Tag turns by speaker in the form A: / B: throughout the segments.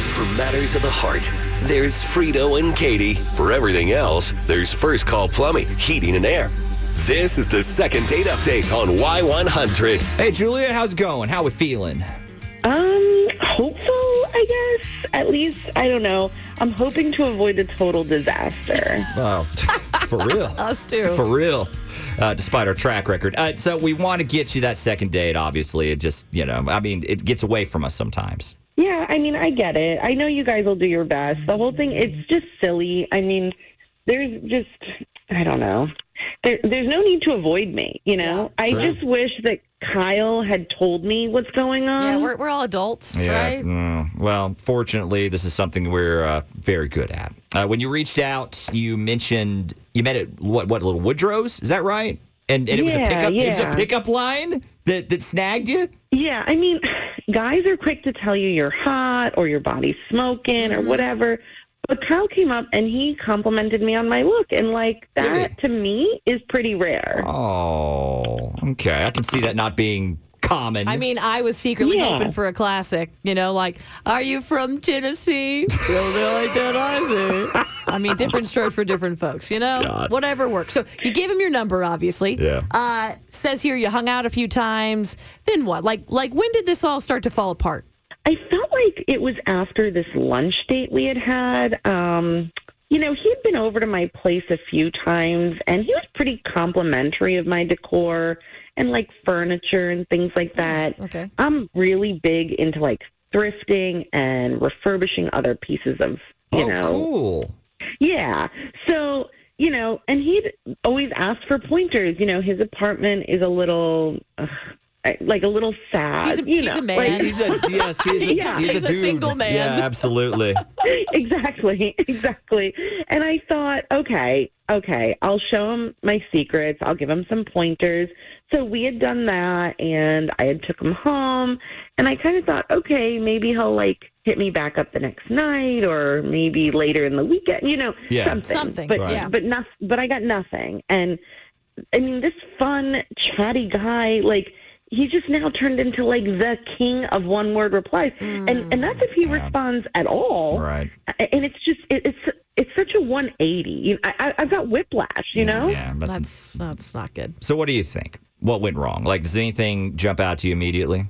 A: For matters of the heart, there's Frito and Katie. For everything else, there's First Call Plumbing, Heating and Air. This is the second date update on Y100.
B: Hey, Julia, how's it going? How we feeling?
C: Um, hopeful, I guess. At least, I don't know. I'm hoping to avoid a total disaster.
B: Oh, for real.
D: Us too.
B: for real. Uh, despite our track record. Uh, so we want to get you that second date, obviously. It just, you know, I mean, it gets away from us sometimes.
C: yeah, I mean, I get it. I know you guys will do your best. The whole thing, it's just silly. I mean, there's just, I don't know. There, there's no need to avoid me, you know? I
B: True.
C: just wish that Kyle had told me what's going on.
D: yeah, we're, we're all adults, right?
B: mm, well, fortunately, this is something we're uh, very good at. Uh, when you reached out, you mentioned you met at what what little Woodrow's? Is that right? And, and it was a
C: Yeah,
B: pickup. It was a
C: yeah.
B: pickup line that that snagged you.
C: Yeah, I mean, guys are quick to tell you you're hot or your body's smoking or whatever. But Kyle came up and he complimented me on my look, and like that
B: Really?
C: to me is pretty rare.
B: Oh, okay. I can see that not being common.
D: I mean, I was secretly
C: Yeah.
D: hoping for a classic, you know, like, are you from Tennessee? Don't know like that either. I mean, different stroke for different folks, you know?
B: God.
D: Whatever works. So you give him your number, obviously.
B: Yeah.
D: Uh, says here you hung out a few times. Then what? Like, like when did this all start to fall apart?
C: I felt like it was after this lunch date we had had. Um, you know, he had been over to my place a few times, and he was pretty complimentary of my decor and like furniture and things like that.
D: Mm, Okay.
C: I'm really big into like thrifting and refurbishing other pieces of you
B: oh,
C: know
B: cool.
C: yeah. So, you know, and he'd always ask for pointers. You know, his apartment is a little, ugh, like a little sad.
D: He's a-
C: you
D: he's
C: know,
D: a man.
C: like-
B: He's a yes. He's a,
C: Yeah.
B: he's
D: He's
B: a
D: a
B: dude.
D: single man.
B: Yeah, absolutely.
C: exactly, exactly. And I thought, okay, okay, I'll show him my secrets. I'll give him some pointers. So we had done that, and I had took him home, and I kind of thought, okay, maybe he'll like hit me back up the next night, or maybe later in the weekend. You know,
B: Yeah.
C: something.
D: Something,
C: But
B: Right. yeah.
C: but not, but I got nothing. And I mean, this fun, chatty guy, like. He just now turned into like the king of one word replies, and and that's if he responds at all
B: Mm. Right.
C: and it's just it, it's it's such a 180 you I, I, i've got whiplash you know
B: Yeah, that's,
D: That's that's not good.
B: So, what do you think? What went wrong? Like, does anything jump out to you immediately?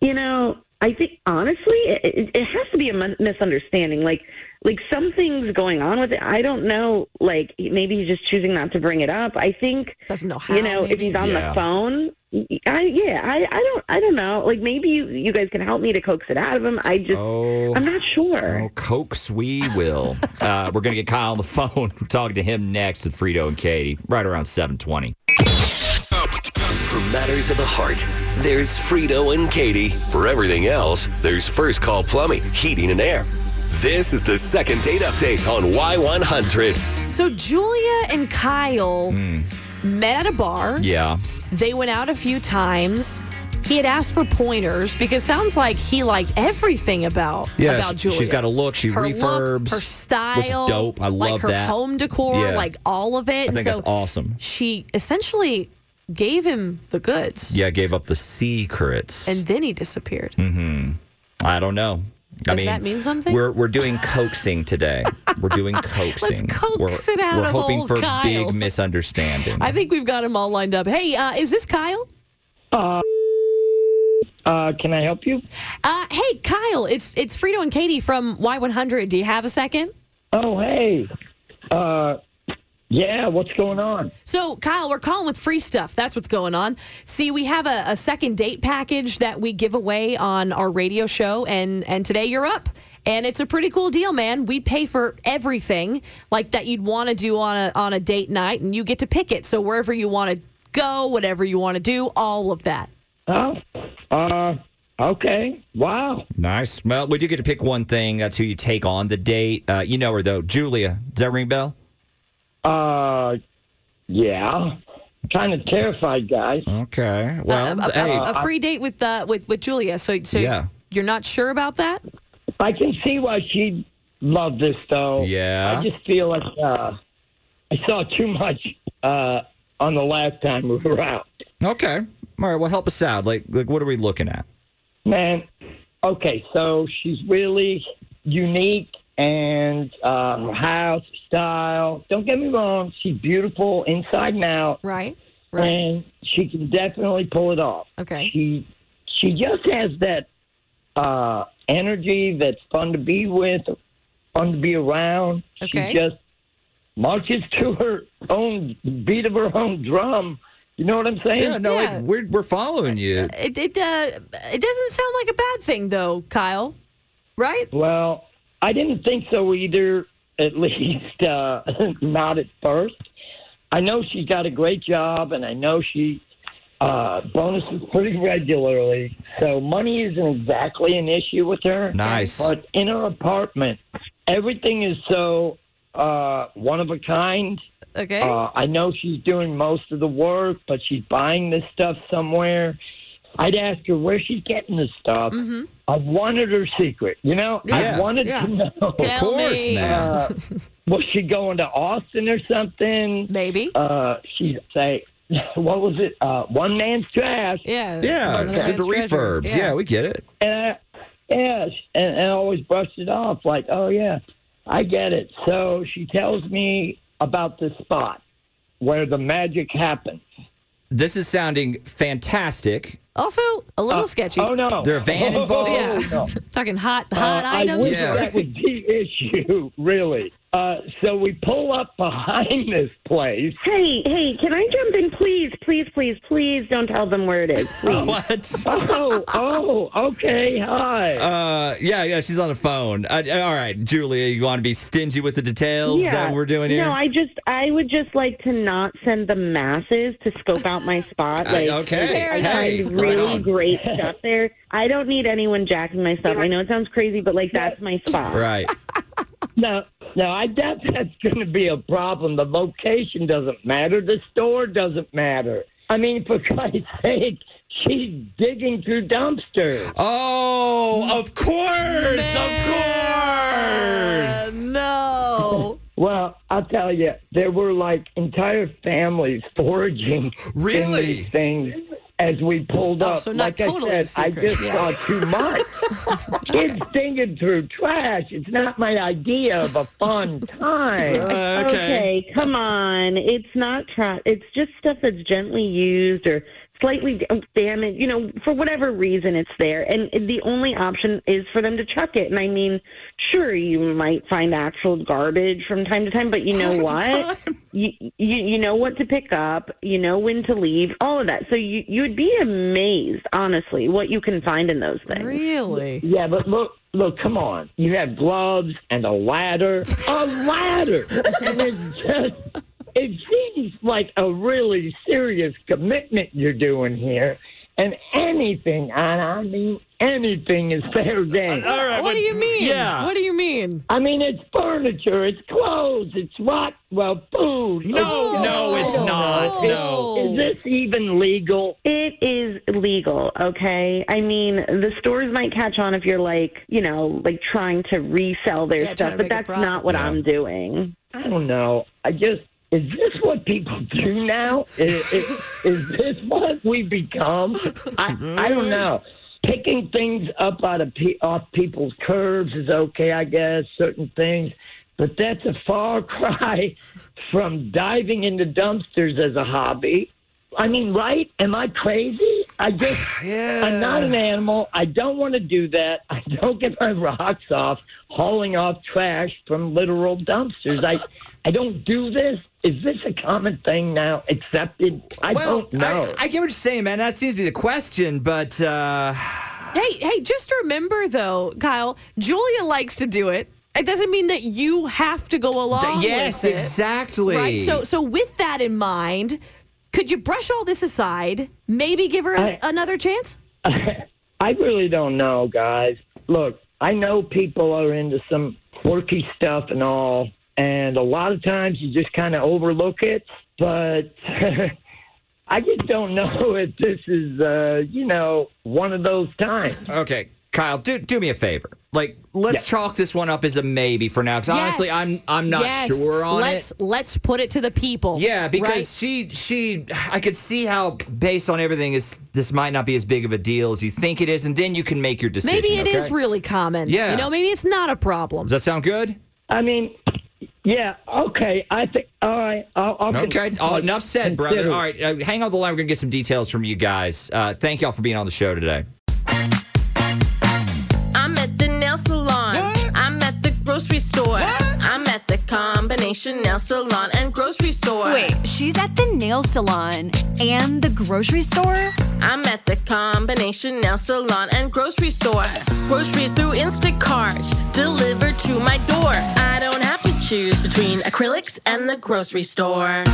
C: you know i think honestly it, it, it has to be a mi- misunderstanding like like something's going on with it i don't know like maybe he's just choosing not to bring it up i think
D: Doesn't know how.
C: you know if
D: maybe.
C: he's on
B: Yeah.
C: the phone I, yeah I, I don't i don't know like maybe you, you guys can help me to coax it out of him i just
B: Oh,
C: i'm not sure
B: oh coax we will. uh, we're gonna get Kyle on the phone. We're talking to him next at Frito and Katie, right around seven twenty.
A: For matters of the heart, there's Frito and Katie. For everything else, there's First Call Plumbing, Heating and Air. This is the second date update on Y100.
D: So Julia and Kyle
B: Hmm.
D: met at a bar.
B: Yeah,
D: They went out a few times. He had asked for pointers because sounds like he liked everything about
B: yeah.
D: about
B: she,
D: Julia.
B: has got a look. She
D: her
B: refurbs.
D: look, her style,
B: Looks dope. I
D: like
B: love
D: her
B: that.
D: home decor,
B: Yeah.
D: like all of it.
B: I think
D: so
B: that's awesome.
D: She essentially gave him the goods,
B: Yeah, gave up the secrets.
D: and then he disappeared.
B: Mm-hmm. I don't know. I
D: Does
B: mean,
D: that mean something?
B: We're we're doing coaxing today. we're doing coaxing.
D: coax
B: we're,
D: it out
B: We're
D: of
B: hoping
D: old
B: for
D: Kyle.
B: big misunderstanding.
D: I think we've got him all lined up. Hey, uh, is this Kyle?
E: Uh, can I help you?
D: Uh, hey, Kyle, it's it's Frito and Katie from Y100. Do you have a second?
E: Oh, hey. Uh, yeah, what's going on?
D: So, Kyle, we're calling with free stuff. That's what's going on. See, we have a, a second date package that we give away on our radio show, and and today you're up. And it's a pretty cool deal, man. We pay for everything like that you'd want to do on a on a date night, and you get to pick it. So wherever you want to go, whatever you want to do, all of that.
E: Huh? Uh, Okay. Wow.
B: Nice. Well, we do get to pick one thing. That's who you take on the date. Uh, you know her though, Julia. Does that ring a bell?
E: Uh, yeah. Kind of terrified, guys.
B: Okay. Well,
D: Um,
B: uh,
D: a,
B: hey,
D: a free date with uh, with with Julia. So so
B: Yeah.
D: you're not sure about that?
E: I can see why she loved this, though.
B: Yeah.
E: I just feel like uh, I saw too much uh, on the last time we were out.
B: okay. All right. Well, help us out. Like, like, what are we looking at?
E: Man, okay, so she's really unique and um, house style. Don't get me wrong, she's beautiful inside and out,
D: Right. Right.
E: and she can definitely pull it off.
D: Okay.
E: She she just has that uh, energy that's fun to be with, fun to be around.
D: Okay.
E: She just marches to her own beat of her own drum. You know what I'm saying?
B: Yeah. No,
D: Yeah.
B: It, we're we're following you.
D: It it uh, it doesn't sound like a bad thing though, Kyle. Right?
E: Well, I didn't think so either, at least uh, not at first. I know she's got a great job, and I know she uh, bonuses pretty regularly, so money isn't exactly an issue with her.
B: Nice.
E: But in her apartment, everything is so uh, one of a kind.
D: Okay.
E: Uh, I know she's doing most of the work, but she's buying this stuff somewhere. I'd ask her where she's getting this stuff. I wanted her secret. You know,
B: Yeah.
E: I wanted
D: Mm-hmm. Yeah.
E: to know.
D: Tell
B: course,
D: me.
B: man.
E: Uh, was she going to Austin or something?
D: Maybe.
E: Uh, she'd say, what was it? Uh, one man's trash.
D: yeah.
B: Yeah.
D: One of
B: so
D: man's
B: the
D: treasure.
B: refurbs. Yeah. we get it.
E: And I, yeah, and, and I always brushed it off like, oh, yeah, I get it. So she tells me about this spot where the magic happens.
B: This is sounding fantastic.
D: Also, a little
B: Uh,
D: sketchy.
E: Oh no,
B: There a van
E: Oh,
B: involved?
D: Yeah.
E: no.
D: Talking hot
E: Uh,
D: hot
E: I
D: items.
E: wish
B: Yeah.
E: that was the issue, really. Uh, so we pull up behind this place.
C: Hey, hey, can I jump in, please, please, please, please? Don't tell them where it is. Please.
B: What?
E: Oh, oh, okay, hi.
B: Uh, yeah, yeah. She's on the phone. Uh, all right, Julia, you want to be stingy with the details? Is that what we're doing here?
C: No, I just I would just like to not send the masses to scope out my spot. Like,
B: Uh, okay.
D: Fair
C: I
D: enough.
B: Hey,
C: find
B: right
C: really
B: on.
C: great stuff there. I don't need anyone jacking my stuff. I know it sounds crazy, but like that's my spot.
B: Right.
E: no, no, I doubt that's going to be a problem. The location doesn't matter. The store doesn't matter. I mean, for Christ's sake, she's digging through dumpsters.
B: Oh, of course,
D: Uh,
B: of course.
D: no.
E: Well, I'll tell you, there were like entire families foraging in
B: Really?
E: these things as we pulled
D: Oh,
E: up.
D: so not
E: like
D: totally
E: I
D: a
E: said, I
D: secret.
E: just saw too much. Kids digging through trash. It's not my idea of a fun time.
B: Uh,
C: Okay, come on. It's not trash. It's just stuff that's gently used or slightly d- damaged. You know, for whatever reason, it's there, and the only option is for them to chuck it. And I mean, sure, you might find actual garbage from time to time, but you know what? You, you you know what to pick up. You know when to leave. All of that. So you you would be amazed, honestly, what you can find in those things.
D: Really?
E: Yeah, but look, look, come on. You have gloves and a ladder. A ladder! and it's just, it seems like a really serious commitment you're doing here. And anything, and I mean anything, is fair game.
D: What do you mean?
B: Yeah.
D: What do you mean?
E: I mean, it's furniture, it's clothes, it's what? Well, food.
B: No, no, it's not. No.
E: Is this even legal?
C: It is legal, okay? I mean, the stores might catch on if you're like, you know, like trying to resell their
D: Yeah, trying to
C: stuff, but
D: make a
C: that's
D: profit.
C: not what I'm doing.
E: I don't know. I just is this what people do now? is, is, is this what we become? I I don't know. Picking things up out of pe- off people's curves is okay, I guess. Certain things, but that's a far cry from diving into dumpsters as a hobby. I mean, right? Am I crazy? I just, I'm not an animal. I don't want to do that. I don't get my rocks off hauling off trash from literal dumpsters. I, I don't do this. Is this a common thing now? Accepted? I
B: Well,
E: don't know.
B: I, I get what you're saying, man. That seems to be the question, but uh,
D: Hey, hey, just remember though, Kyle, Julia likes to do it. It doesn't mean that you have to go along.
B: th- yes,
D: with it,
B: exactly.
D: Right. So, so with that in mind, could you brush all this aside? Maybe give her a-
E: I-
D: another chance.
E: I really don't know, guys. Look, I know people are into some quirky stuff and all, and a lot of times you just kind of overlook it, but I just don't know if this is, uh, you know, one of those times.
B: Okay, Kyle, do do me a favor. Like, let's chalk this one up as a maybe for now. Because honestly,
D: Yes.
B: I'm I'm not
D: Yes.
B: sure on
D: let's,
B: it.
D: Let's put it to the people.
B: Yeah, because
D: right?
B: she she I could see how based on everything is this might not be as big of a deal as you think it is, and then you can make your decision.
D: maybe it is
B: okay?
D: really common.
B: Yeah.
D: You know, maybe it's not a problem.
B: Does that sound good?
E: I mean, yeah, okay. I think, all right. I'll, I'll
B: Okay. Oh, enough said, brother.
E: Consider-
B: All right, uh, hang on the line. We're gonna get some details from you guys. Uh, thank y'all for being on the show today.
F: I'm at the nail salon. I'm at the grocery store. I'm at the combination nail salon and grocery store.
G: Wait, she's at the nail salon and the grocery store?
F: I'm at the combination nail salon and grocery store. Groceries through Instacart delivered to my door. I don't have to choose between acrylics and the grocery store.